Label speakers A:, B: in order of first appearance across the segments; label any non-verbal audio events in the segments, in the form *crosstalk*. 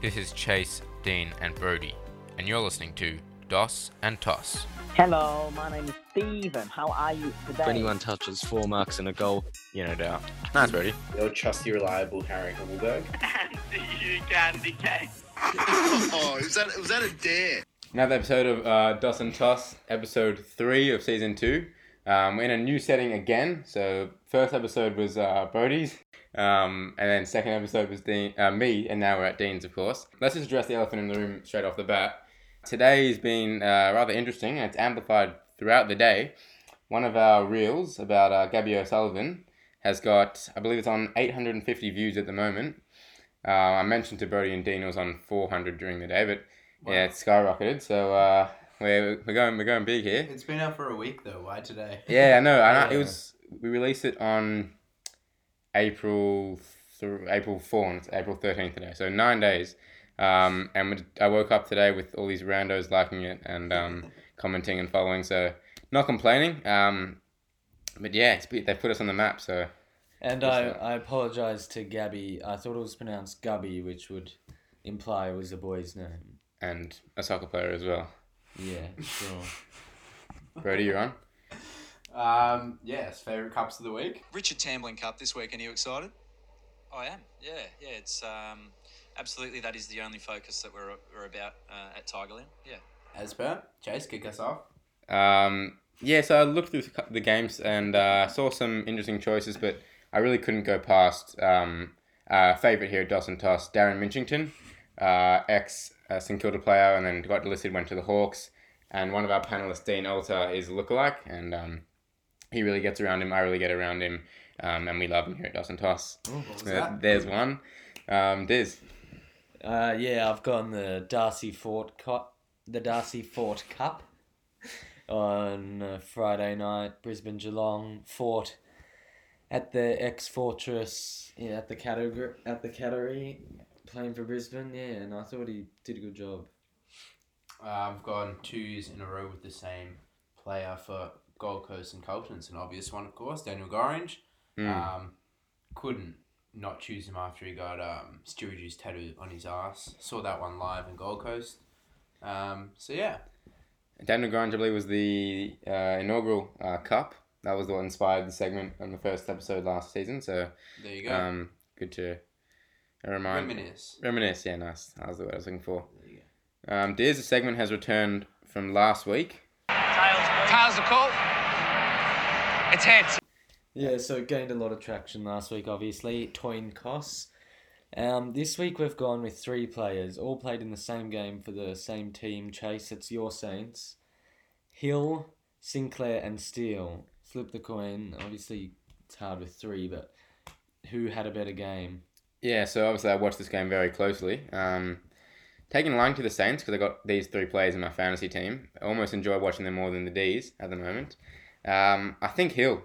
A: This is Chase, Dean, and Brody, and you're listening to DOS and TOS.
B: Hello, my name is Stephen. How are you today?
C: 21 touches, 4 marks, and a goal.
A: You know doubt. Nice, Brody.
D: Your trusty, reliable Harry Himmelberg.
E: and you can decay.
F: Oh, was that was that a dare?
A: Another episode of uh, DOS and TOS, episode three of season two. Um, we're in a new setting again. So first episode was uh, Brody's, um, and then second episode was Dean, uh, me, and now we're at Dean's, of course. Let's just address the elephant in the room straight off the bat. Today's been uh, rather interesting, and it's amplified throughout the day. One of our reels about uh, Gabby O'Sullivan has got, I believe it's on 850 views at the moment. Uh, I mentioned to Brody and Dean it was on 400 during the day, but yeah, it's skyrocketed. So uh, we're, we're going we're going big here.
G: It's been out for a week though. Why today?
A: Yeah, I know. I know. It
G: Yeah.
A: was we released it on April th- April four and it's April thirteenth today, so nine days. Um, and we- I woke up today with all these randos liking it and um, commenting and following, so not complaining. Um, but yeah, it's, they put us on the map, so
C: And
A: What's
C: I,
A: that?
C: I apologise to Gabby. I thought it was pronounced Gubby, which would imply it was a boy's name.
A: and a soccer player as well.
C: Yeah, sure.
A: Brody, you're on.
G: Um, yes, favorite cups of the week.
H: Richard Tambling Cup this week, and are you excited? I am. Yeah, yeah. It's um, absolutely that is the only focus that we're, we're about uh, at Tigerland. Yeah.
G: As per Chase, kick us off.
A: Um, yeah, so I looked through the games and uh, saw some interesting choices, but I really couldn't go past um, our favourite here at Dawson Toss, Darren Minchington, uh, ex uh, St Kilda player, and then got delisted, went to the Hawks. And one of our panelists, Dean Alter, is a lookalike, and um, he really gets around him. I really get around him, um, and we love him here at Dawson Toss.
G: was
A: Uh,
G: that?
A: there's one. Um, Diz.
C: Uh, yeah, I've gone the Darcy Fort Cup, the Darcy Fort Cup, on uh, Friday night, Brisbane Geelong Fort, at the X Fortress yeah, at the category at the Cattery, playing for Brisbane. Yeah, and I thought he did a good job.
G: Uh, I've gone two years in a row with the same player for Gold Coast and Colton. It's an obvious one, of course. Daniel Gorringe.
A: Hmm.
G: Um, couldn't not choose him after he got um, Stewardy's tattoo on his ass. Saw that one live in Gold Coast. Um, so yeah,
A: Daniel Grimes, I believe, was the uh, inaugural uh, cup. That was what inspired the segment on the first episode last season. So
G: there you go.
A: um, good to
G: Um,
A: remind.
G: Reminisce.
A: Reminisce, yeah, nice. That was the word I was looking for. Um, Dears, the segment has returned from last week.
E: Tails the call. It's heads.
C: Yeah, so it gained a lot of traction last week, obviously. Toyn Koss. Um, this week we've gone with three players, all played in the same game for the same team. Chase, it's your Saints. Hill, Sinclair, and Steele. Flip the coin. Obviously, it's hard with three, but who had a better game?
A: Yeah, so obviously I watched this game very closely. Um, taking along to the Saints because I got these three players in my fantasy team. I almost enjoy watching them more than the D's at the moment. Um, I think Hill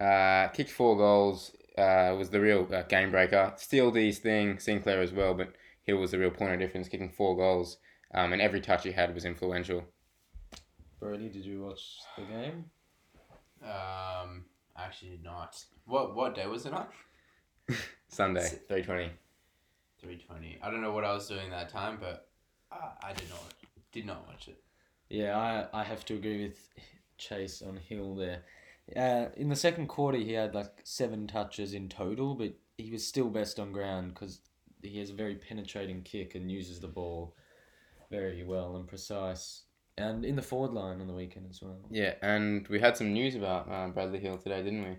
A: uh, kicked four goals, uh, was the real uh, game breaker. Steal D's thing, Sinclair as well, but Hill was the real point of difference, kicking four goals, um, and every touch he had was influential.
C: Brody, did you watch the game?
G: Um, actually, not. What what day was it on?
A: Sunday,
G: S-
A: 320.
G: Three twenty. I don't know what I was doing that time, but I, I did not did not watch it.
C: Yeah, I, I have to agree with Chase on Hill there. Uh, in the second quarter, he had like seven touches in total, but he was still best on ground because he has a very penetrating kick and uses the ball very well and precise. And in the forward line on the weekend as well.
A: Yeah, and we had some news about uh, Bradley Hill today, didn't we?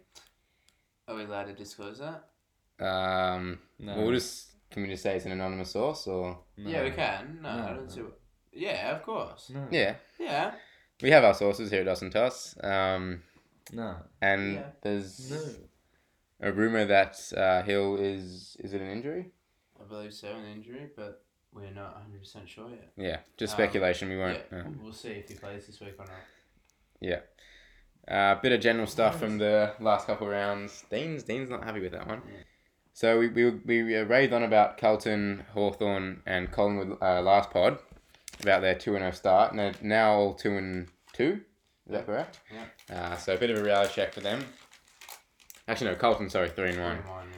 G: Are we allowed to disclose that?
A: Um,
C: No.
A: We'll just, can we just say it's an anonymous source or?
G: Yeah, we
C: No.
G: can. No, I
C: No,
G: don't
C: no.
G: see. What... Yeah, of course.
C: No.
A: Yeah,
G: Yeah.
A: we have our sources here at Us and Toss. Um,
C: No.
A: and
G: Yeah.
A: there's
C: No.
A: a rumor that uh, Hill is is it an injury?
G: I believe so, an injury, but we're not one hundred percent sure yet.
A: Yeah, just
G: Um,
A: speculation. We won't.
G: yeah,
A: uh,
G: we'll see if he plays this week or not.
A: Uh, bit of general stuff from the last couple of rounds. Dean's Dean's not happy with that one. So we we we uh, raved on about Carlton, Hawthorn, and Collingwood uh, last pod about their two and zero start, and they're now all two and two. Is that correct?
G: Yeah.
A: Uh, so a bit of a reality check for them. Actually, no, Carlton. Sorry, three and one.
G: Never mind,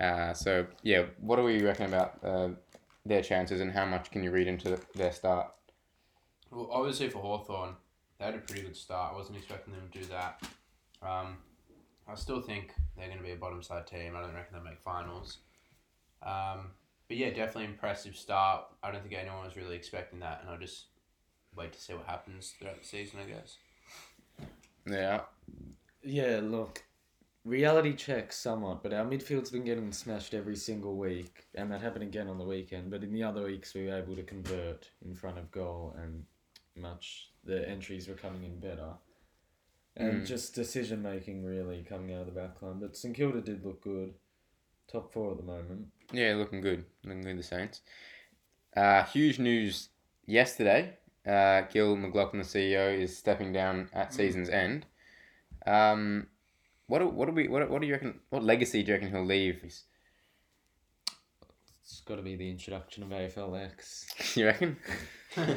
G: yeah.
A: Uh, so yeah, what do we reckon about uh, their chances and how much can you read into their start.
G: Well, obviously for Hawthorn, they had a pretty good start. I wasn't expecting them to do that. Um, I still think they're going to be a bottom side team. I don't reckon they'll make finals. Um, but yeah, definitely impressive start. I don't think anyone was really expecting that, and I'll just wait to see what happens throughout the season, I guess.
A: Yeah.
C: Yeah, look, reality check somewhat, but our midfield's been getting smashed every single week, and that happened again on the weekend. But in the other weeks, we were able to convert in front of goal, and much the entries were coming in better. And
A: Mm.
C: just decision making really coming out of the back line. But St Kilda did look good. Top four at the moment.
A: Yeah, looking good. Looking good, the Saints. Uh, huge news yesterday. Uh, Gil McLaughlin, the CEO, is stepping down at season's end. Um, what do, what do we what, do- what do you reckon? What legacy do you reckon he'll leave? *laughs*
C: It's got to be the introduction of AFLX.
A: You *laughs* reckon? Um,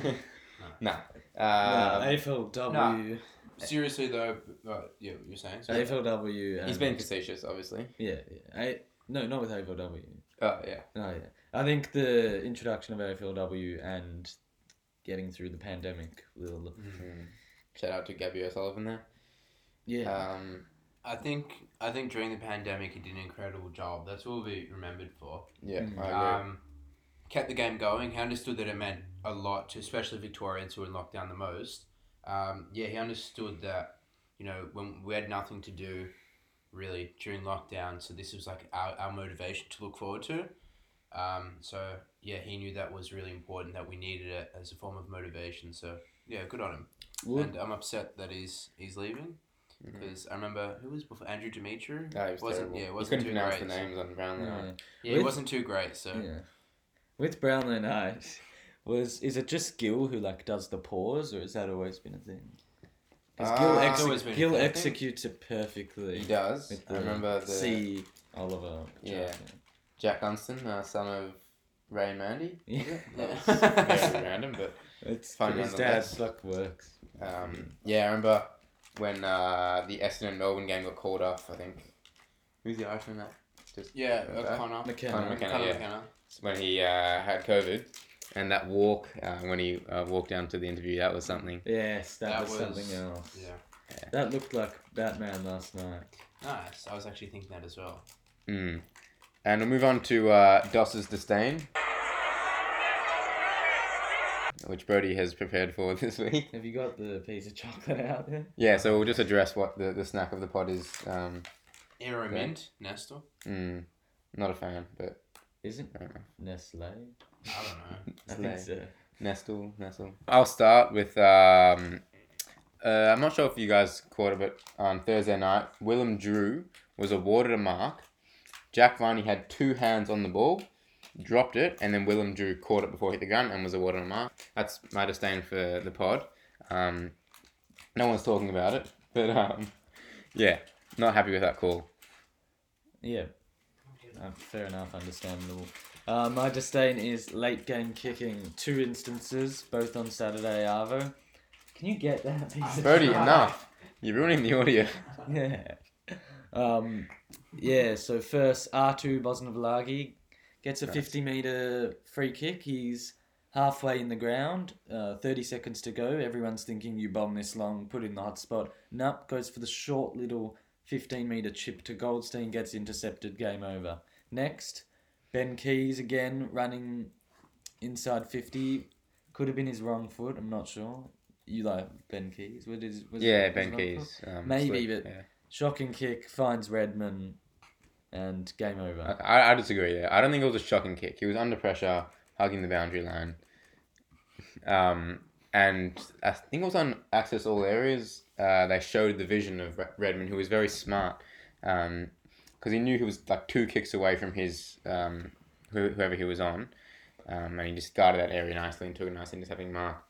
A: no.
C: Uh,
A: Uh,
C: AFLW.
G: Seriously though, uh, yeah, you're saying. So,
C: AFLW.
A: he's
C: and-
A: been facetious, obviously.
C: Yeah, yeah. A- no, not with AFLW.
A: Oh yeah.
C: Oh
G: Um,
C: yeah, I think the introduction of AFLW and getting through the pandemic will.
G: Mm-hmm.
A: Mm-hmm. Shout out to Gabby O'Sullivan there.
C: Yeah,
G: Uh,
A: Um,
G: I think I think during the pandemic he did an incredible job. That's what we'll be remembered for.
A: yeah,
C: Mm.
A: I agree.
G: um, kept the game going. He understood that it meant a lot to especially Victorians who were in lockdown the most. Um, yeah, he understood that, you know, when we had nothing to do really during lockdown, so this was like our, our motivation to look forward to. Um, so, yeah, he knew that was really important, that we needed it as a form of motivation. So, yeah, good on him.
C: Would-
G: And I'm upset that he's he's leaving because I remember who was before Andrew Dimitri.
A: No, he Mm-hmm. was
G: wasn't
A: terrible.
G: yeah, it
A: he
G: wasn't
A: couldn't
G: too
A: pronounce
G: great.
A: the names on Brownlee.
C: yeah,
G: Yeah, he
C: With-
G: wasn't too great. uh, So
C: yeah. With Brownlow Knight, was is it just Gil who like does the pause, or has that always been a thing? Because Gil,
A: Ah,
G: Uh, it's always
C: exec
G: been a
C: Gil
G: thing.
C: executes it perfectly.
A: He does.
C: With
A: I
C: the
A: remember the
C: C Oliver.
A: Yeah. Jack Dunstan, uh, son of Ray Mandy.
C: Yeah.
A: *laughs* Very random, but
C: *laughs* it's
A: Fun
C: his
A: nonetheless.
C: dad's luck works.
A: um, yeah, I remember when uh, the Essendon Melbourne game got called off. I think who's the Irishman that just
G: yeah,
A: Okay.
G: O'Connor.
C: McKenna.
A: Conor McKenna,
G: Conor
A: yeah.
G: McKenna.
A: when he uh, had COVID, and that walk uh, when he uh, walked down to the interview that was something.
C: Yes, that,
G: That
C: was,
G: was-
C: something else.
G: Yeah.
C: That looked like Batman last night.
G: Nice. I was actually thinking that as well.
A: Mm. And we'll move on to uh, Doss's disdain, which Brody has prepared for *laughs* this week.
C: Have you got the piece of chocolate out there?
A: Yeah, so we'll just address what the, the snack of the pod is. Um,
G: Aero
A: Okay.
G: Mint, Nestor.
A: mm, not a fan, but
C: Isn't
A: I don't know.
C: Nestle?
A: *laughs*
G: I don't know.
C: I think so.
A: Nestle, Nestle. I'll start with. Um, uh, I'm not sure if you guys caught it, but on Thursday night, Willem Drew was awarded a mark. Jack Viney had two hands on the ball, dropped it, and then Willem Drew caught it before it hit the gun and was awarded a mark. That's my disdain for the pod. Um, no one's talking about it, *laughs* but um, yeah, not happy with that call.
C: Yeah. Uh, fair enough, understandable. Uh, my disdain is late game kicking. Two instances, both on Saturday Arvo. Can you get that piece of *laughs*
A: Brody,
C: chocolate?
A: enough. You're ruining the audio.
C: Yeah. Um, yeah, so first, R2 Bosnavlagi gets a 50 metre free kick. He's halfway in the ground, uh, 30 seconds to go. Everyone's thinking, you bomb this long, put in the hot spot. Nope, goes for the short little 15 metre chip to Goldstein, gets intercepted, game over. Next, Ben Keys again running inside 50. Could have been his wrong foot, I'm not sure. You like Ben Keys? What is, was it
A: Yeah,
C: his
A: Ben
C: wrong foot? *laughs*
A: Keys. Um,
C: Maybe,
A: slip,
C: but-
A: yeah.
C: Shocking kick finds Redman, and game over.
A: I, I disagree there. I don't think it was a shocking kick. He was under pressure, hugging the boundary line. Um, and I think it was on Access All Areas. Uh, they showed the vision of Re- Redmond, who was very smart, because he knew he was like two kicks away from his um, who, whoever he was on, um, and he just guarded that area nicely and took a nice intercepting mark.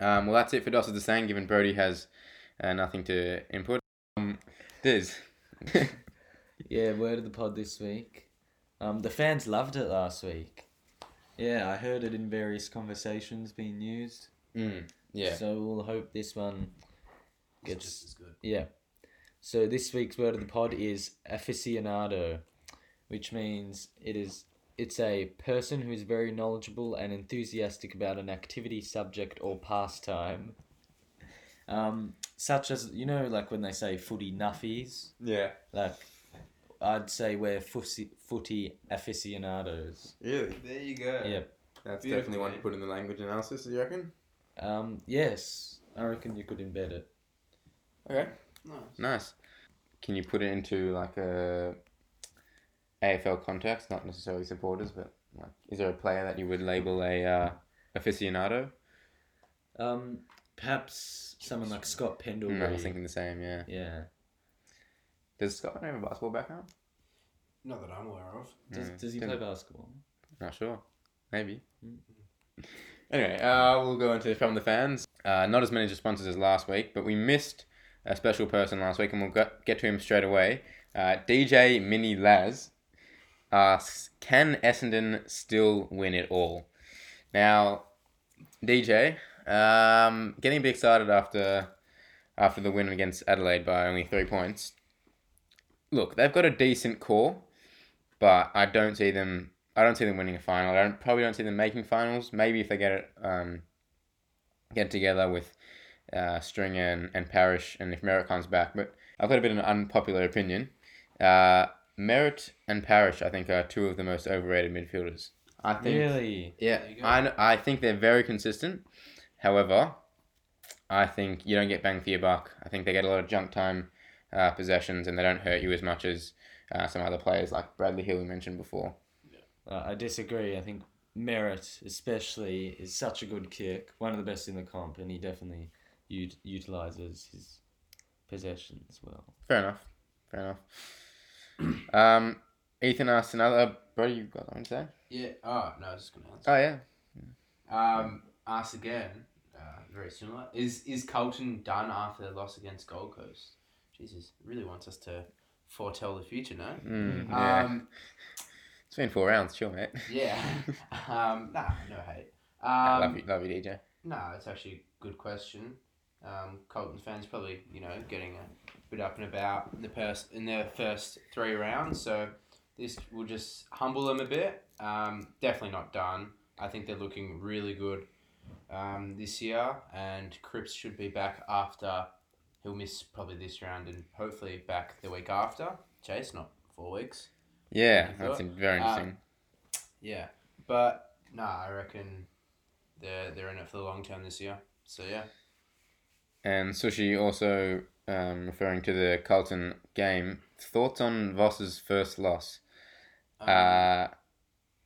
A: Um, well, that's it for Doss is the same. Given Brody has uh, nothing to input, um, Diz. *laughs*
C: Yeah, word of the pod this week. Um, the fans loved it last week. Yeah, I heard it in various conversations being used.
A: Mm, yeah.
C: So we'll hope this one
G: It's
C: gets.
G: just as good.
C: Yeah. So this week's word of the pod is aficionado, which means it is It's a person who is very knowledgeable and enthusiastic about an activity, subject, or pastime. Um, such as, you know, like when they say footy nuffies,
A: Yeah.
C: like I'd say we're footy, footy aficionados.
A: Really?
G: There you go.
C: Yep.
A: That's
G: Beautiful,
A: definitely one to
G: mate.
A: put in the language analysis, you reckon?
C: Um, yes, I reckon you could embed it.
A: Okay.
G: Nice.
A: Nice. Can you put it into like a AFL context, not necessarily supporters, but like, is there a player that you would label a uh, aficionado?
C: Um, perhaps someone like Scott Pendlebury.
A: Mm, I was thinking the same. Yeah.
C: Yeah.
A: Does Scotland have a basketball background?
G: Not that I'm aware of.
C: Does,
A: Mm,
C: does he play
A: didn't-
C: basketball?
A: Not sure. Maybe. Mm-hmm. Anyway, uh, we'll go into from the fans. Uh, not as many responses as last week, but we missed a special person last week, and we'll get, get to him straight away. Uh, DJ Mini Laz asks, "Can Essendon still win it all?" Now, DJ, um, getting a bit excited after after the win against Adelaide by only three points. Look, they've got a decent core, but I don't see them. I don't see them winning a final. I don't, probably don't see them making finals. Maybe if they get it, um, get together with uh, Stringer and, and Parrish, and if Merritt comes back. But I've got a bit of an unpopular opinion. Uh, Merritt and Parrish, I think, are two of the most overrated midfielders. I think.
C: Really?
A: Yeah,
G: There you go.
A: I, kn- I think they're very consistent. However, I think you don't get bang for your buck. I think they get a lot of junk time uh, possessions and they don't hurt you as much as uh, some other players like Bradley Hill, we mentioned before.
C: Uh, I disagree. I think Merritt, especially, is such a good kick, one of the best in the comp, and he definitely ut- utilizes his possessions well.
A: Fair enough. Fair enough. *clears throat* um, Ethan asked another. uh, Bro, you got something to say?
G: Yeah. Oh no, I was just gonna answer.
A: Oh, yeah. Uh,
G: Um, asked again. Uh, very similar. Is is Carlton done after their loss against Gold Coast? Jesus, really wants us to foretell the future, no?
A: Mm, yeah.
G: Um,
A: It's been four rounds. Chill, mate. *laughs*
G: yeah. *laughs* um, nah, no hate. Um,
A: I love you, love you, DJ.
G: No, it's actually a good question. Um, Colton fans probably you know getting a bit up and about in the pers- in their first three rounds, so this will just humble them a bit. Um, definitely not done. I think they're looking really good um, this year, and Cripps should be back after he'll miss probably this round and hopefully back the week after. Chase, not four weeks.
A: Yeah,
G: you for
A: that's
G: that.
A: very
G: Uh,
A: interesting.
G: Yeah, but nah, I reckon they're they're in it for the long term this year. So yeah.
A: And Sushi also um, referring to the Carlton game. Thoughts on Voss's first loss?
G: Um,
A: Uh,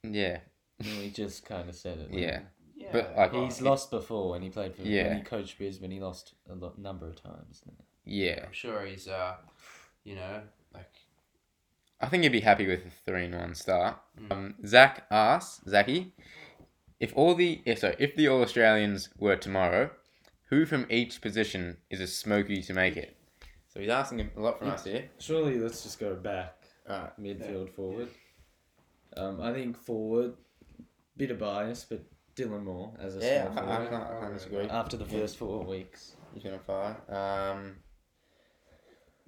A: yeah,
C: And we just kind of said it. like,
A: yeah.
G: yeah.
A: But like,
C: He's lost before when he played for
A: Yeah.
C: when he coached Brisbane. He lost a lot, number of times. now.
A: yeah.
G: I'm sure he's, uh, you know, like
A: I think you'd be happy with a three and one start.
G: Mm.
A: Um, Zach asks Zachy, if all the if, sorry, if the All Australians were tomorrow, who from each position is a smoky to make it? So he's asking a lot from us here.
C: Surely, let's just go back
A: Alright.
C: midfield forward. Um, I think forward, bit of bias, but Dylan Moore as a
A: Yeah,
C: small
A: I, I,
C: forward.
A: can't, I can't disagree.
C: After the first four weeks,
A: He's been on fire. Um,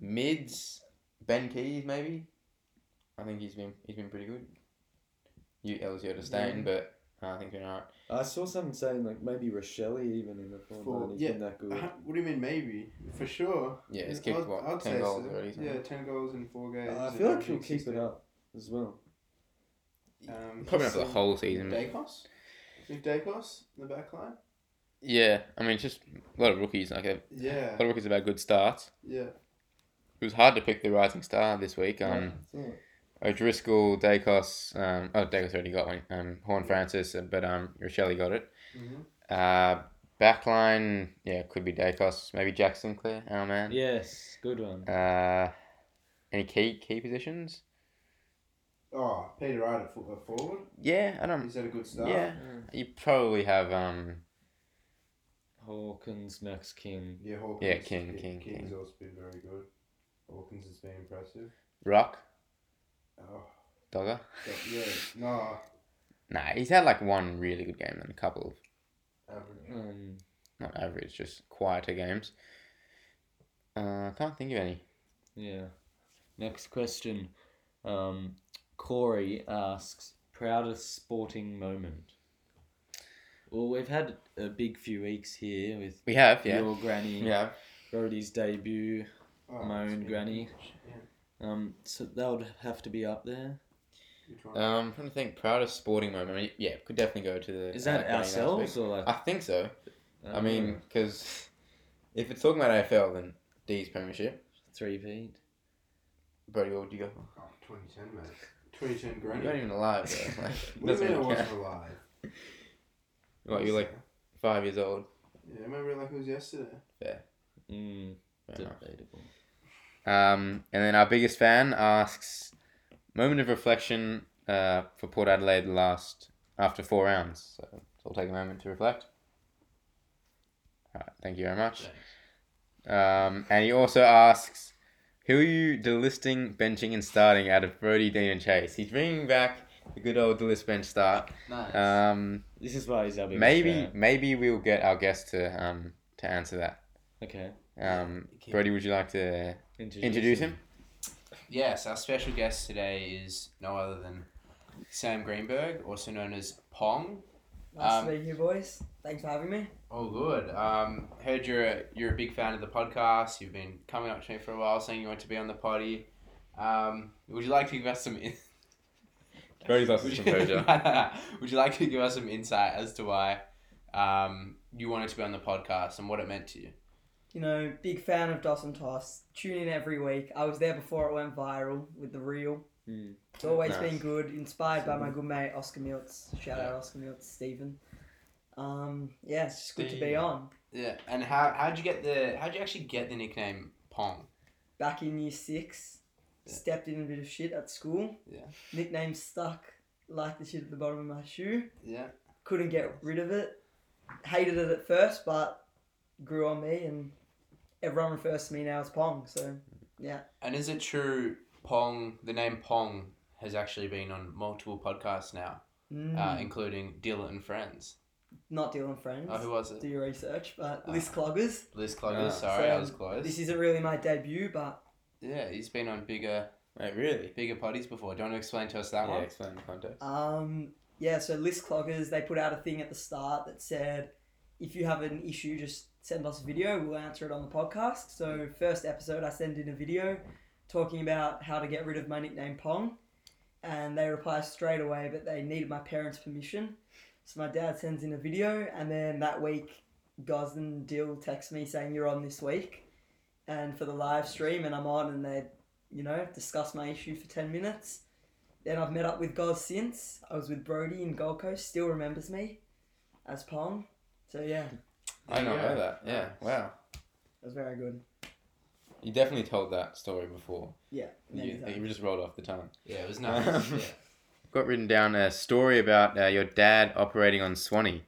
A: mids, Ben Keys maybe. I think he's been he's been pretty good. You Elzio to Stain, but uh, I think you're not.
C: I saw someone saying like maybe Rochelle even in the form
G: For-
C: line, he's
G: yeah.
C: been
A: *laughs*
C: that good.
G: What do you mean, maybe? For sure.
A: Yeah, he's kicked, what, 10 goals already, something?
G: Yeah, 10 goals in four games.
C: I feel like he'll keep it up as well.
G: Um,
A: Probably not for the whole season. but-
G: Dacos? With Dacos in the back line?
A: Yeah, I mean, it's just a lot of rookies. Like a
G: Yeah,
A: lot of rookies have had good starts.
G: yeah.
A: It was hard to pick the rising star this week. Um, O'Driscoll, Dacos, um, oh Dacos already got one. Um, Horn Francis, uh, but um, Rochelle got it.
G: Mhm.
A: Uh, backline, yeah, could be Dacos, maybe Jack Sinclair, our man.
C: Yes, good one.
A: Uh, any key key positions?
G: Oh, Peter Wright at fo- at forward.
A: Yeah, I don't.
G: Is that a good start?
A: Yeah, you probably have um.
C: Hawkins, Max King.
G: Yeah, Hawkins.
A: Yeah, King, King,
G: King's
A: King.
G: also been very good. Hawkins has been impressive.
A: Rock
G: Oh,
A: Dogger.
G: but yeah, nah.
A: Nah, he's had like one really good game and a couple of
G: Average.
C: Um,
A: not average, just quieter games. Uh, I can't think of any.
C: yeah. Next question. Um, Corey asks Proudest sporting moment. Well, we've had a big few weeks here with
A: We have, yeah.
C: your granny,
A: Yeah.
C: Brody's debut.
G: oh,
C: My own granny.
G: Yeah.
C: Um, so that would have to be up there.
G: Which one?
A: Um, I'm trying to think. Proudest sporting moment. I mean, yeah, could definitely go to the.
C: Is
A: uh,
C: that
A: Granny last
C: ourselves
A: week.
C: or like?
A: I think so.
G: Oh.
A: I mean, because if it's talking about AFL, then D's premiership.
C: three feet.
A: Brody, what would you go? for?
G: Oh, 2010, mate. 2010
A: You're
G: granny.
A: not even alive, bro. *laughs* Like,
G: What do you
A: doesn't
G: mean I
A: even count.
G: wasn't alive?
A: *laughs* What, you're like five years old.
G: Yeah, I remember it like it was yesterday.
C: Mm,
A: Fair enough.
C: debatable.
A: Um, and then our biggest fan asks, moment of reflection uh, for Port Adelaide last after four rounds. So we'll take a moment to reflect. All right, thank you very much. Um, and he also asks, who are you delisting, benching, and starting out of Brody, Dean, and Chase? He's bringing back the good old delist bench start.
G: Nice.
A: Um,
C: This is why he's our biggest
A: maybe
C: fan.
A: maybe we'll get our guest to um, to answer that.
C: Okay.
A: Um, Brody, would you like to introduce him?
G: Yes, our special guest today is no other than Sam Greenberg, also known as Pong.
I: Nice
G: Um,
I: to meet you, boys. Thanks for having me.
G: Oh, good. Um, heard you're a, you're a big fan of the podcast. You've been coming up to me for a while, saying you want to be on the potty. Um, would you like to give us some? In-
A: Brody's lost
G: *laughs* would,
A: his
G: you,
A: composure.
G: would you like to give us some insight as to why um, you wanted to be on the podcast and what it meant to you?
I: You know, big fan of Dos and Toss. Tune in every week. I was there before it went viral with the reel.
C: Mm.
I: It's always
A: Nice.
I: been good. Inspired by my good mate Oscar Miltz. Shout out Oscar Miltz, Stephen. Um, yeah, it's just good to be
A: Stephen.
I: on.
G: Yeah, and how how'd you get the how'd you actually get the nickname Pong?
I: Back in year six,
G: Yeah.
I: stepped in a bit of shit at school.
G: Yeah.
I: Nickname stuck like the shit at the bottom of my shoe.
G: Yeah,
I: Couldn't get rid of it. Hated it at first, but grew on me, and everyone refers to me now as Pong. So
G: and is it true Pong? The name Pong has actually been on multiple podcasts now, uh,
I: mm,
G: including Dilla and Friends.
I: not dealing friends.
G: Oh, who was it?
I: do your research, but
G: Ah.
I: list cloggers.
G: Liz Cloggers.
A: Ah.
G: sorry, I
I: So,
G: was close.
I: This isn't really my debut, but
G: yeah, he's been on bigger
A: Wait, Oh, really?
G: bigger potties before. Don't explain to us that
A: Yeah,
G: one.
A: explain the context.
I: um, yeah. So list cloggers, they put out a thing at the start that said, if you have an issue, just send us a video. We'll answer it on the podcast. So first episode, I send in a video talking about how to get rid of my nickname Pong, and they reply straight away, but they needed my parents' permission. So my dad sends in a video, and then that week, Gosden Dill texts me saying you're on this week, and for the live stream, and I'm on, and they, you know, discuss my issue for ten minutes. Then I've met up with Gos since. I was with Brody in Gold Coast, still remembers me as Pong. So yeah,
A: I don't
G: Yeah.
A: know that. Yeah. Wow.
I: it was very good.
A: You definitely told that story before.
I: Yeah. many
A: You,
I: thanks.
A: you just rolled off the tongue.
G: Yeah, it was nice. yeah.
A: Um, Got written down a story about uh, your dad operating on Swanee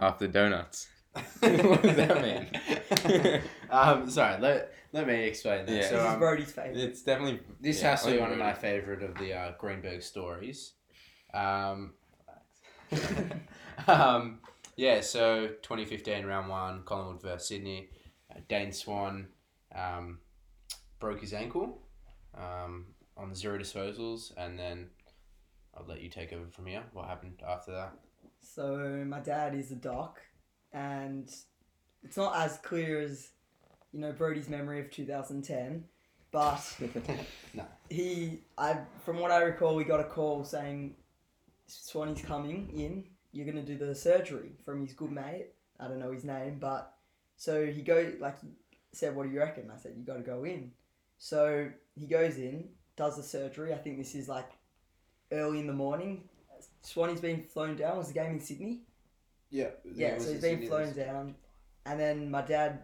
A: after donuts. *laughs*
G: *laughs*
A: What does that mean?
G: um, sorry, let, let me explain that.
A: Yeah.
G: So,
I: this
G: um,
I: is Brody's favourite.
A: It's definitely
G: This
A: yeah,
G: has to be
A: I
G: one of
A: agree.
G: my favorite of the uh, Greenberg stories. Um, *laughs* um, yeah, so 2015 round one, Collingwood versus Sydney. Uh, Dane Swan um, broke his ankle um, on zero disposals, and then I'll let you take over from here. What happened after that?
I: So my dad is a doc, and it's not as clear as you know Brody's memory of 2010, but
G: No.
I: he I from what I recall we got a call saying Swanee's coming in. You're gonna do the surgery from his good mate. I don't know his name, but so he go like he said, "What do you reckon?" I said, "You got to go in." So he goes in, does the surgery. I think this is like early in the morning. Swanee's been flown down. Was the game in Sydney?
G: Yeah.
I: Yeah, so he's been flown down, and then my dad,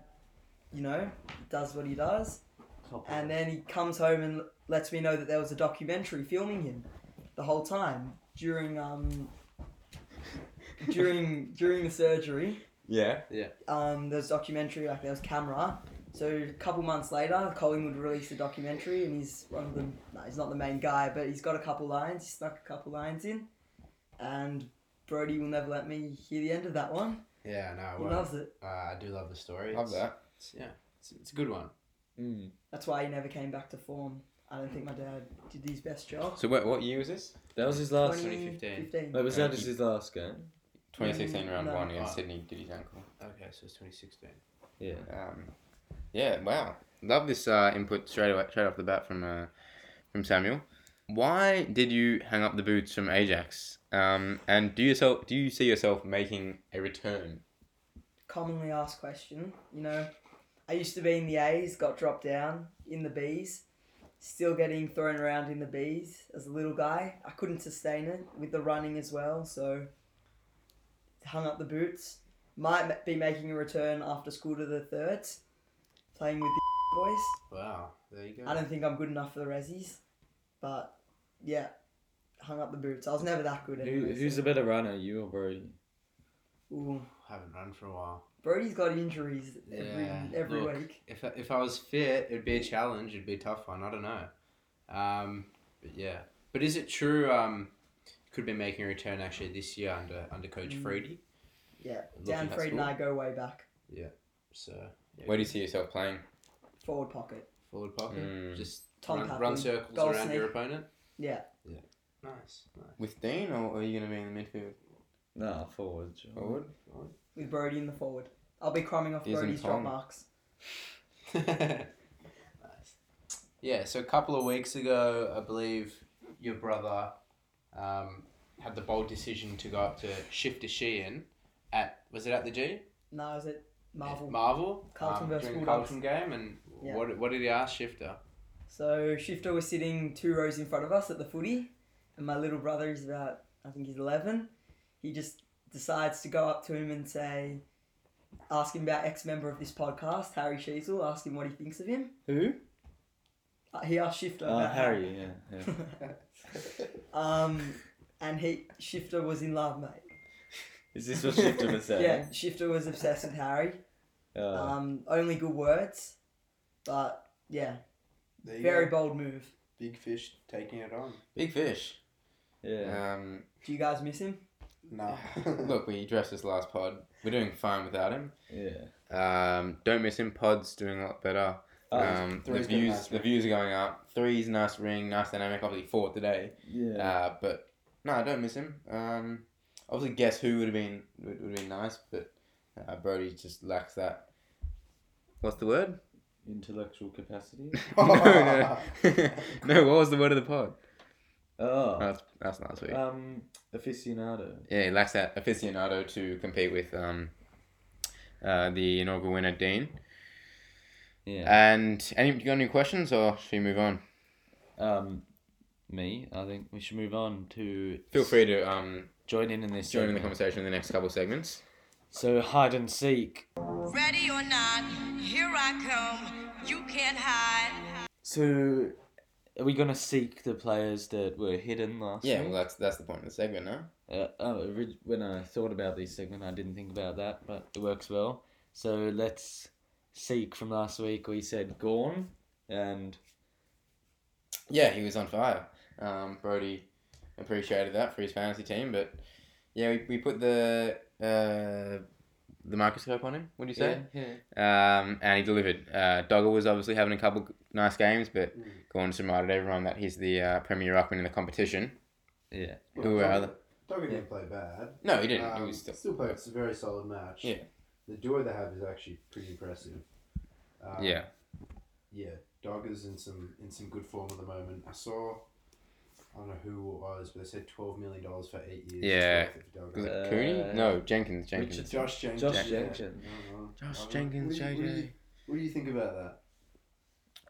I: you know, does what he does, and then he comes home and lets me know that there was a documentary filming him the whole time during um during during the surgery.
A: Yeah.
I: Um, there was documentary like there was camera. So a couple months later, Collingwood released a documentary, and he's one of the no, he's not the main guy, but he's got a couple lines. He snuck a couple lines in, and Brody will never let me hear the end of that one.
G: Yeah, no,
C: Oh,
G: I
I: He
G: won't.
I: loves it.
G: Uh, I do love the story.
A: Love
G: It's-
A: that.
G: it's- yeah, it's, it's a good one.
C: Mm.
I: That's why he never came back to form. I don't think my dad did his best job.
A: So what, what year was this?
C: That was his last.
G: 2015.
I: 2015.
C: Wait, was that just his last game?
A: 2016 round
I: No.
A: one against
G: Oh.
A: Sydney Diddy's ankle.
G: Okay, so it's 2016.
C: Yeah.
A: Um, yeah, wow. Love this uh, input straight away, straight off the bat from uh, from Samuel. Why did you hang up the boots from Ajax? Um, and do yourself do you see yourself making a return?
I: commonly asked question. You know, I used to be in the A's, got dropped down in the B's, still getting thrown around in the B's as a little guy. I couldn't sustain it with the running as well, so hung up the boots. Might ma- be making a return after school to the thirds, playing with the *laughs* boys.
G: Wow, there you go.
I: I don't think I'm good enough for the Rezies, but yeah, hung up the boots. I was never that good.
C: Who,
I: Anyway,
C: who's the
I: so-
C: better runner, you or Brody?
I: Ooh,
G: Haven't run for a while.
I: Brody's got injuries every
G: Yeah,
I: every
G: look.
I: week.
G: If I, if I was fit, it'd be a challenge. It'd be a tough one. I don't know. Um, but yeah. But is it true? Um, could be making a return actually this year under under Coach
I: Mm.
G: Freedy.
I: Yeah,
G: Looking
I: Dan
G: at
I: Freed and
G: school.
I: I go way back.
G: So yeah,
A: Where do you see yourself playing?
I: Forward pocket.
G: forward pocket?
A: Mm.
G: Just
I: Tom
G: run,
I: Paplin,
G: run circles
I: goal
G: around
I: sneak.
G: your opponent.
I: Yeah.
G: Nice, nice.
A: With Dean, or are you going to be in the midfield?
C: Nah, forward. John.
I: *laughs*
A: Forward?
I: With Brody in the forward. I'll be crumbing off
A: He's in
I: Brody's drop
A: form.
I: marks.
G: nice. *laughs* Yeah, so a couple of weeks ago, I believe your brother um, had the bold decision to go up to shift to Sheehan at was it at the G
I: No, is it Marvel?
G: Marvel
I: Carlton
G: um,
I: versus
G: during the
I: Bulldogs.
G: Carlton game and
I: Yeah.
G: what what did he ask Shifter?
I: so Shifter was sitting two rows in front of us at the footy, and my little brother is about I think he's eleven. He just decides to go up to him and say, ask him about ex member of this podcast, Harry Sheasel. Ask him what he thinks of him.
C: Who?
I: Uh, He asked Shifter.
C: Oh,
I: about
C: Harry. Yeah.
I: *laughs*
C: yeah.
I: Um, and he Shifter was in love, mate.
C: Is this what Shifter was saying?
I: Yeah, Shifter was obsessed with Harry.
C: Oh.
I: Um, only good words, but yeah, very bold move.
G: big fish taking it on.
A: Big fish.
C: yeah.
A: Um, *laughs*
I: Do you guys miss him?
G: No, *laughs*
A: look, *laughs* we addressed this last pod. We're doing fine without him.
C: yeah.
A: Um, don't miss him. Pod's doing a lot better.
C: Oh,
A: um, the
G: three's got a
A: views,
G: nice
A: the views are going up. Three's nice ring, nice dynamic. Obviously four today.
C: Yeah.
A: Uh, but no, I don't miss him. Um, obviously, guess who would have been would would have been nice, but uh, Brody just lacks that. What's the word?
C: Intellectual capacity.
A: *laughs*
C: *laughs*
A: no,
G: *laughs*
A: no, *laughs* no. What was the word of the pod?
C: Oh.
A: That's that's not sweet.
C: um, aficionado.
A: Yeah, he lacks that aficionado to compete with um, uh, the inaugural winner Dean.
C: Yeah.
A: And any you got any questions or should we move on?
C: um, me. I think we should move on to
A: Feel free to um,
C: join in in this.
A: join in the
C: segment.
A: conversation in the next couple of segments.
C: So hide and seek.
J: Ready or not, here I come. You can't hide.
C: So, are we gonna seek the players that were hidden last?
A: Yeah,
C: week?
A: well, that's that's the point of the segment, no?
C: Uh, oh, orig- when I thought about this segment, I didn't think about that, but it works well. So let's seek from last week. We said Gorn, and
A: Yeah, he was on fire. Um, Brody appreciated that for his fantasy team, but yeah, we, we put the uh, the microscope on him. Would you say? Um, and he delivered. Uh, Dogger was obviously having a couple nice games, but
G: Mm.
A: Gorn's reminded everyone that he's the uh, premier ruckman in the competition.
C: yeah,
A: Who are the?
G: Dogger didn't play bad.
A: No, he didn't. he was
C: Um,
A: still.
G: played. Um, It's a very solid match.
A: Yeah.
G: The duo they have is actually pretty impressive. Um,
A: Yeah,
G: yeah, Dogger's in some in some good form at the moment. I saw, I don't know who it was, but they said twelve million dollars for eight years.
A: Yeah.
G: worth of Dogger.
A: was it
C: Uh,
A: Cooney? No, Jenkins. Jenkins.
C: Richard-
G: Josh Jenkins.
C: Josh
G: yeah.
C: Jenkins.
G: No, no.
A: Josh
G: What do you-
A: Jenkins,
G: what do you- what do
A: JJ.
G: you- What do you think about that?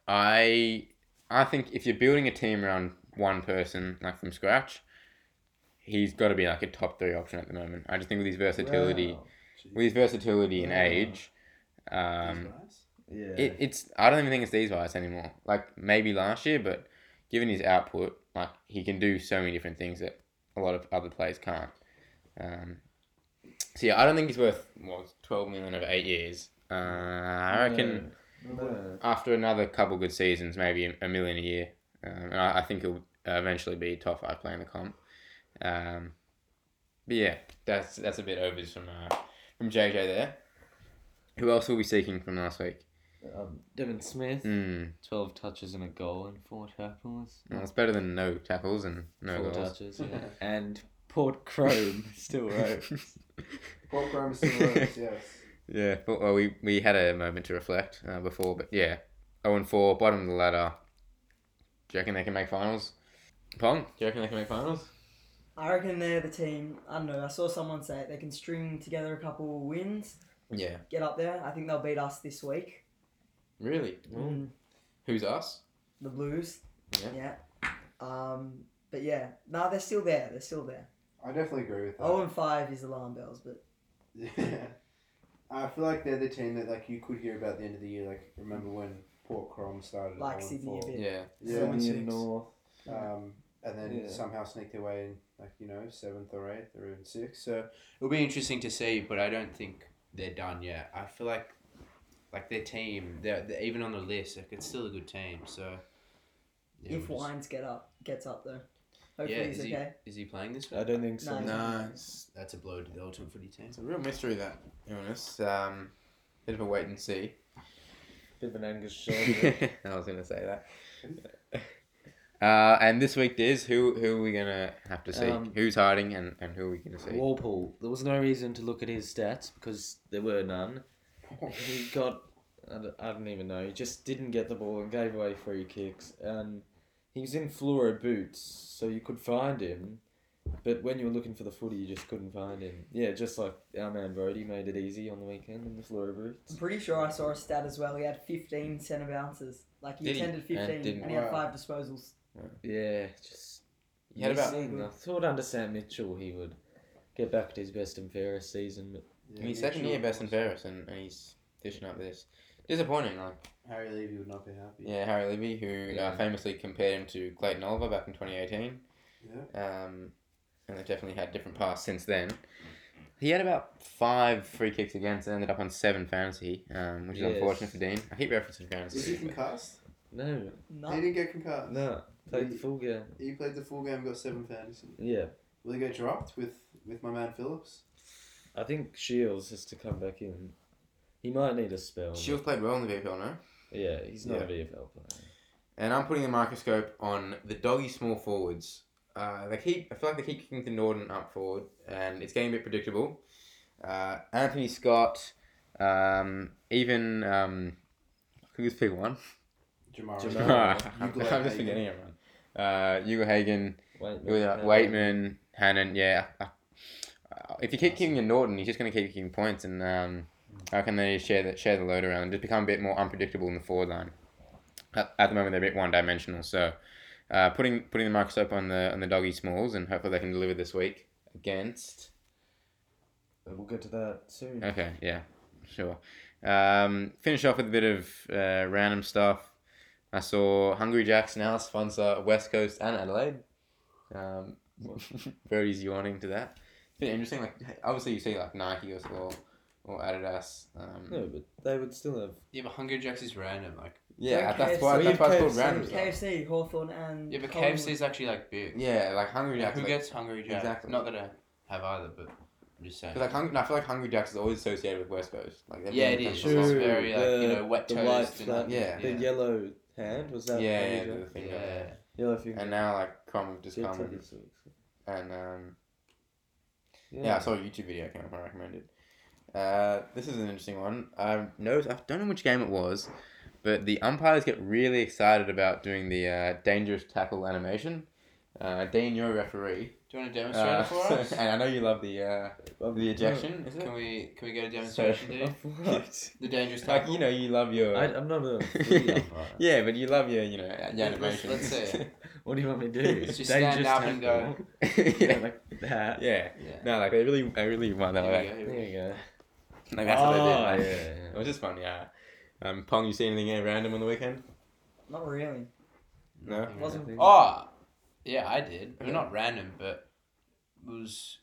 A: I I think if you're building a team around one person like from scratch, he's got to be like a top three option at the moment. I just think with his versatility,
C: Wow.
A: with his versatility and
C: Wow.
A: age, um,
C: yeah,
A: it, it's I don't even think it's these guys anymore. Like maybe last year, but given his output, like he can do so many different things that a lot of other players can't. Um, so yeah, I don't think he's worth what twelve million over eight years. Uh, I reckon
C: No, no.
A: after another couple good seasons, maybe a million a year, um, and I, I think he'll eventually be top five playing the comp. Um, but yeah, that's that's a bit overs from uh, from JJ there. Who else will we seeking from last week?
C: um, Devin Smith,
A: Mm.
C: 12 touches and a goal and four tackles.
A: Well, it's better than no tackles and no
C: four
A: goals.
C: touches, yeah. *laughs* and Port Chrome
A: *laughs*
C: still wrote.
G: Port Graham is still Rovers, yes.
A: Yeah, but, well, we, we had a moment to reflect uh, before, but yeah, zero and four, bottom of the ladder. Do you reckon they can make finals? Pong, do you reckon they can make finals?
I: I reckon they're the team. I don't know. I saw someone say it. They can string together a couple wins,
A: Yeah,
I: get up there. I think they'll beat us this week.
A: really.
I: Mm,
A: Who's us?
I: The Blues.
A: Yeah.
I: Yeah. Um, but yeah, no, they're still there. They're still there.
G: I definitely agree with that.
I: Oh, and five is alarm bells, but
G: Yeah. *laughs* I feel like they're the team that like you could hear about the end of the year. Like remember when Port Crom started
I: Like
G: at 0
I: Sydney
G: and
I: a bit.
A: Yeah,
G: Yeah.
C: Seven
G: Yeah.
C: in all.
G: Um, and then
C: Yeah.
G: somehow sneak their way in, like you know, seventh or eighth or even sixth. So it'll be interesting to see, but I don't think they're done yet. I feel like, like their team, they're, they're even on the list. Like it's still a good team. So yeah,
I: if
G: we'll just-
I: Wines get up, gets up though,
G: yeah,
I: hopefully
G: is
I: he's
G: he
I: okay.
G: is he playing this?
C: I
G: Week?
C: don't think so.
I: No.
A: Nah, it's,
G: That's a blow to the Elton footy
I: *laughs*
G: team.
A: it's a real mystery that, to be honest. Um, bit of a wait and see.
C: Bit of an Angus
A: *laughs*
C: show.
A: I was gonna say that. *laughs* Uh, and this week, Diz, who who are we gonna have to see?
C: Um,
A: Who's hiding and, and who are we gonna see?
C: Walpole, there was no reason to look at his stats because there were none. He got, I don't, I don't even know, he just didn't get the ball and gave away free kicks. And he was in fluoro boots, so you could find him. But when you were looking for the footy, you just couldn't find him. Yeah, just like our man Brody made it easy on the weekend in the fluoro
I: I'm
C: boots.
I: pretty sure I saw a stat as well. He had 15 centre bounces. Like he
A: Did he?
I: attended 15
C: And
I: and,
C: didn't-
I: he had
G: Wow.
I: five disposals.
C: Yeah, just.
A: He had about- Hmm.
C: missing. I thought under Sam Mitchell he would get back to his best and fairest season, but
G: Yeah,
A: he's
G: yeah,
A: second
G: sure.
A: year best in Ferris, and, and he's dishing up this. Disappointing, like
G: Harry Levy would not be happy.
A: yeah, Harry Levy, who
C: Yeah.
A: uh, famously compared him to Clayton Oliver back in twenty eighteen.
G: Yeah.
A: Um, and they've definitely had different paths since then. He had about five free kicks against and ended up on seven fantasy, um, which is
C: Yes.
A: unfortunate for Dean. I keep referencing
G: Was he
A: fantasy. but-
G: concussed?
C: no,
G: He
I: No.
G: didn't get concussed.
C: no, played the
G: He-
C: full game.
G: He played the full game, got seven fantasy.
C: Yeah.
G: Will he get dropped with with my man Phillips?
C: I think Shields has to come back in. He might need a spell.
A: Shields played well in the VFL, no?
C: Yeah, he's not a VFL
A: And I'm putting the microscope on the doggy small forwards. Uh, they keep, I feel like they keep kicking the Norton up forward, and it's getting a bit predictable. Uh, Anthony Scott, um, even um, who's pick one?
G: Jamar.
A: *laughs* I'm I'm
G: Ugla
A: just
G: Hagen.
A: forgetting everyone. Uh, Hugo Hagen,
C: player.
A: Ugla- Waitman, uh, Hannon. Yeah, Uh, if you keep kicking a Norton, he's just going to keep kicking points, and um, how can they share the share the load around and just become a bit more unpredictable in the forward line? At, at the moment, they're a bit one dimensional. So, uh, putting putting the microscope on the on the doggy smalls, and hopefully they can deliver this week against.
C: We'll get to that soon.
A: Okay, yeah, sure. Um, finish off with a bit of uh, random stuff. I saw Hungry Jack's now sponsor West Coast and Adelaide. Um, *laughs* Brody's yawning to that. It's been interesting. Like obviously you see like Nike or or, or Adidas. Um,
C: No, but they would still have.
G: Yeah, but Hunger Jacks is random. Like
A: Yeah,
I: Like
A: that's
I: KFC.
A: why that's why it's called
C: We've
A: random stuff.
I: KFC, Hawthorn, and.
G: yeah, but
I: Collingwood.
G: KFC is actually like big.
A: Yeah, like Hungry
G: Like,
A: Jack's.
G: who
A: like,
G: gets Hungry Jack?
A: Exactly.
G: Not that I have either, but I'm just saying.
A: 'cause, like, Hung- no, I feel like Hungry Jack's is always associated with West Coast. Like they've
G: yeah, it
A: been
G: is.
A: with
G: It's
A: West Coast.
G: very like
C: the-
G: you know wet
C: the
G: toast
C: white
G: and like,
C: flat-
A: Yeah.
C: The yellow hand was that?
A: Yeah, yeah,
C: Andrew?
A: the thing
G: yeah.
A: yeah.
C: Yellow finger.
A: And now like Crom have just
C: Did
A: come
C: take
A: and,
C: this week.
A: and um, Yeah. I saw a YouTube video came up and I recommended. Uh, this is an interesting one. I noticed, I don't know which game it was, but the umpires get really excited about doing the uh, dangerous tackle animation. Uh, Dean, you're a referee.
G: Do you want to demonstrate
A: Uh, *laughs*
G: it for us?
A: and I know you love the uh,
C: Um,
A: the ejection, is it?
G: Can we can we get a demonstration,
A: Sorry.
C: *laughs*
G: dude?
C: What?
G: The dangerous
A: Like
G: tackle.
A: you know, you love your.
C: I, I'm not a.
A: *laughs*
C: footy umpire.
A: yeah, but you love your you know your
G: Yeah, let's-
A: animation.
G: let's see it.
C: What do you want me to do?
G: Just
C: Dangerous
G: stand up and
C: tackle. *laughs*
G: go.
C: Yeah,
A: *laughs* yeah.
C: like that.
A: yeah,
G: Yeah.
A: no, like they really, they really want that. Like,
G: Here we go, Ah. here we
C: There you go.
A: like, that's what they did.
C: Oh,
A: like.
C: yeah, yeah.
A: It was just fun. Yeah. Um, Pong, you see anything random on the weekend?
I: Not really.
A: No. *laughs*
G: go.
I: Wasn't.
G: Oh, yeah, I did. Well, not random, but it was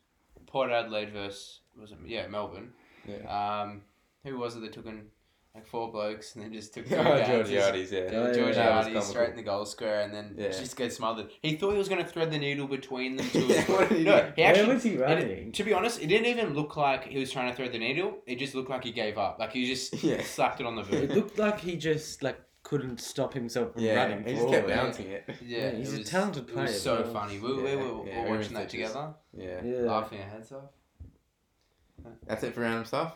G: Port Adelaide versus was it yeah Melbourne.
A: Yeah.
G: Um, who was it that took in? like four blokes, and then
A: *laughs*
G: just took
A: Yeah,
G: three bounces.
A: Georgiades, Oh, yeah.
G: They
A: Yeah,
G: were
A: yeah,
G: Georgiades
A: that was comical.
G: straight in the goal square, and then
A: Yeah.
G: just gets smothered. He thought he was going to thread the needle between them two.
A: Yeah, what did he
G: no,
A: do?
G: he
C: Where
G: actually.
C: was he
G: and it-
C: running?
G: to be honest, it didn't even look like he was trying to thread the needle. It just looked like he gave up. Like he just
A: Yeah.
G: slapped it on the
C: It
G: boot.
C: looked like he just like couldn't stop himself from
A: Yeah,
C: running.
A: he just kept
C: forward.
A: bouncing it.
G: Yeah,
C: he's a
G: it was-
C: talented
G: It
C: player,
G: was so
C: but-
G: funny. We, we
A: Yeah,
G: were all
A: yeah, everyone
G: watching that
A: thinks it's-
G: together,
A: Yeah.
C: Yeah.
G: laughing our heads off.
A: That's it for random stuff?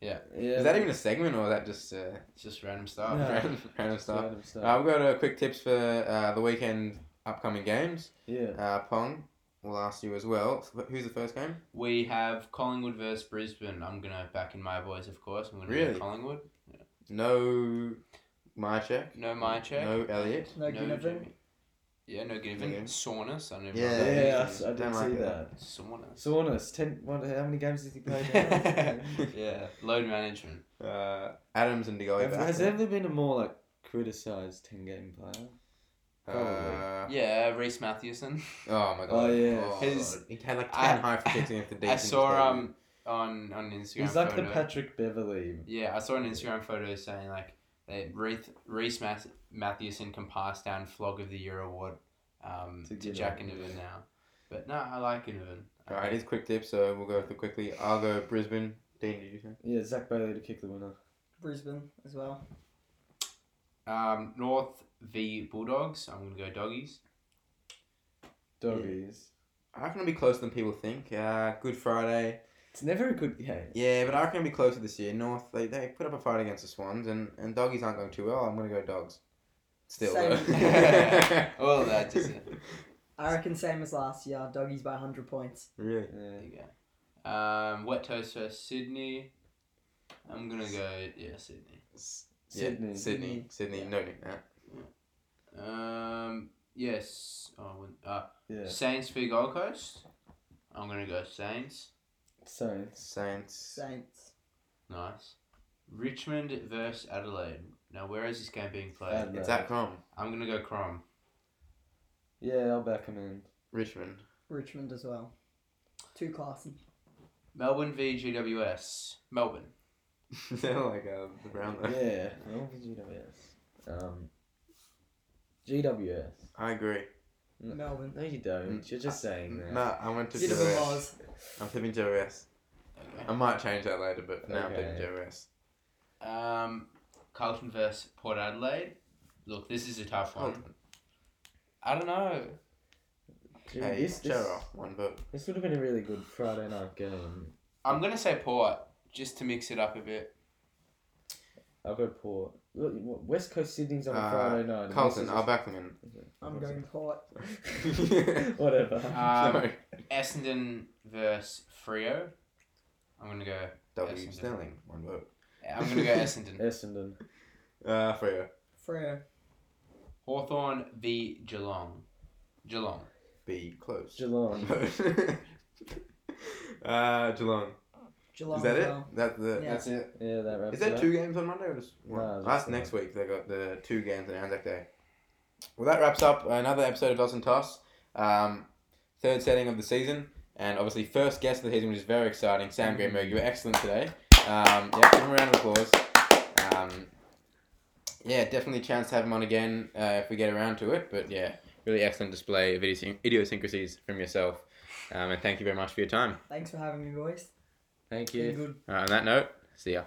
C: yeah.
A: Is that even a segment or is that just uh,
G: It's just random
C: *laughs*
G: stuff.
C: No.
A: random, random
C: Sort
A: stuff?
C: of stuff.
A: Uh, we've got uh, quick tips for uh, the weekend upcoming games.
C: yeah.
A: Uh, Pong, we'll ask you as well. So, who's the first game?
G: We have Collingwood versus Brisbane. I'm gonna back in my boys, of course. I'm gonna go
A: Really?
G: Collingwood.
A: No Mychek.
G: No my check.
A: No Elliot.
I: No, Ginnivan.
G: Jamie. Yeah, no Ginnivan.
A: Yeah.
G: Saunus. I know.
A: Yeah,
C: Yeah,
A: yeah,
C: I,
A: he's-
C: s- I
A: don't
C: did
A: like
C: see
A: it.
C: that.
G: Saunus.
C: Saunas, ten. What, how many games has he played? now?
G: yeah, load management.
A: Uh, Adams and DeGoey
C: Have-
A: back.
C: Has there ever been a more like criticised ten game player?
A: Uh,
G: Yeah, Reese Mathewson.
A: Oh my god.
C: Oh, yeah.
G: His-
A: he had like
G: I-
A: ten high for kicks against the
G: I
A: defense.
G: saw um on on Instagram.
C: He's like
G: photo.
C: the Patrick Beverley.
G: Yeah, I saw an Instagram photo saying like that Reith- Reese Math- Matthewson can pass down flog of the year award um,
C: To
G: to,
C: Ginnivan.
G: Jack Ginnivan now. But no, I like Ginnivan.
A: Alright, his quick tips. So we'll go through quickly. I'll go Brisbane. Dean, did you say?
C: Yeah, Zach Bailey to kick the winner.
I: Brisbane as well.
G: Um, North v Bulldogs. I'm gonna go doggies.
C: Doggies.
A: I reckon it'll be closer than people think. Uh, Good Friday.
C: It's never a good game.
A: Yeah, but I reckon it'll be closer this year. North they, they put up a fight against the Swans, and and doggies aren't going too well. I'm gonna go dogs. Still.
I: Same.
A: *laughs* though.
G: Well, that just uh, it.
I: I reckon same as last year. Doggies by 100 points.
A: *laughs* Really.
C: Yeah.
G: There you go. Um, wet toast versus Sydney. I'm gonna go yeah Sydney.
A: Sydney.
C: Sydney.
A: Sydney. Sydney. No, no, no.
G: Um, yes. Oh, I wouldn't- uh,
C: Yeah.
G: Saints v Gold Coast. I'm gonna go Saints.
C: Saints.
A: Saints.
I: Saints.
G: Nice. Richmond versus Adelaide. Now where is this game being played?
C: Adelaide.
A: It's at Crom.
G: I'm gonna go Crom.
C: Yeah, I'll back him in.
A: Richmond. *laughs*
I: Richmond as well. Too classy.
G: Melbourne v GWS. Melbourne.
A: They're like uh, the brown though.
C: Yeah. I'll be GWS. Um. GWS.
A: I agree.
C: No.
I: Melbourne.
C: No, you
A: Mm.
C: don't. You're just saying that.
A: No, I went to
I: Bit of a
A: GWS.
I: loss.
A: I'm tipping GWS. I might change that later, but for now I'm
C: Okay.
A: tipping GWS.
G: Um, Carlton versus Port Adelaide. Look, this is a tough one.
A: Carlton.
G: I don't know.
C: Dude,
A: Hey,
C: this,
A: shut
C: this,
A: off one vote.
C: this would have been a really good Friday night game.
G: I'm gonna say Port just to mix it up a bit.
C: I'll go Port. Look, what- West Coast Sydney's on a
A: Uh,
C: Friday night. and this
A: Carlton,
C: is
A: I'll
C: a-
A: back them
I: I'm going Port.
C: *laughs*
A: in. *laughs*
C: Whatever.
G: Um,
A: Sorry.
G: Essendon versus Frio. I'm gonna go.
A: W
G: Essendon.
A: Sterling, one vote.
G: I'm gonna go Essendon.
C: Essendon.
A: Uh, Freo,
I: Freo.
G: Hawthorn v Geelong. Geelong.
A: be close. *laughs* One
C: Geelong.
A: vote. uh, Geelong.
I: Geelong
A: Is that
I: as
A: it?
I: well.
A: That the
I: Yeah. That's
A: it.
C: Yeah, that wraps
A: Is
C: it
A: that
C: up.
A: two games on Monday or just one?
C: No,
A: that's
C: just
A: next week. They got the two games on Anzac Day. Well, that wraps up another episode of Doss and Toss. Um, third setting of the season, and obviously first guest of the season, which is very exciting. Sam Greenberg, you were excellent today. Um, yeah, give him a round of applause. Um, yeah, definitely a chance to have him on again uh, if we get around to it. But yeah, really excellent display of idiosyn- idiosyncrasies from yourself. Um, and thank you very much for your time.
I: Thanks for having me, boys.
C: Thank
I: Been
C: you.
I: good.
A: Uh, on that note, see ya.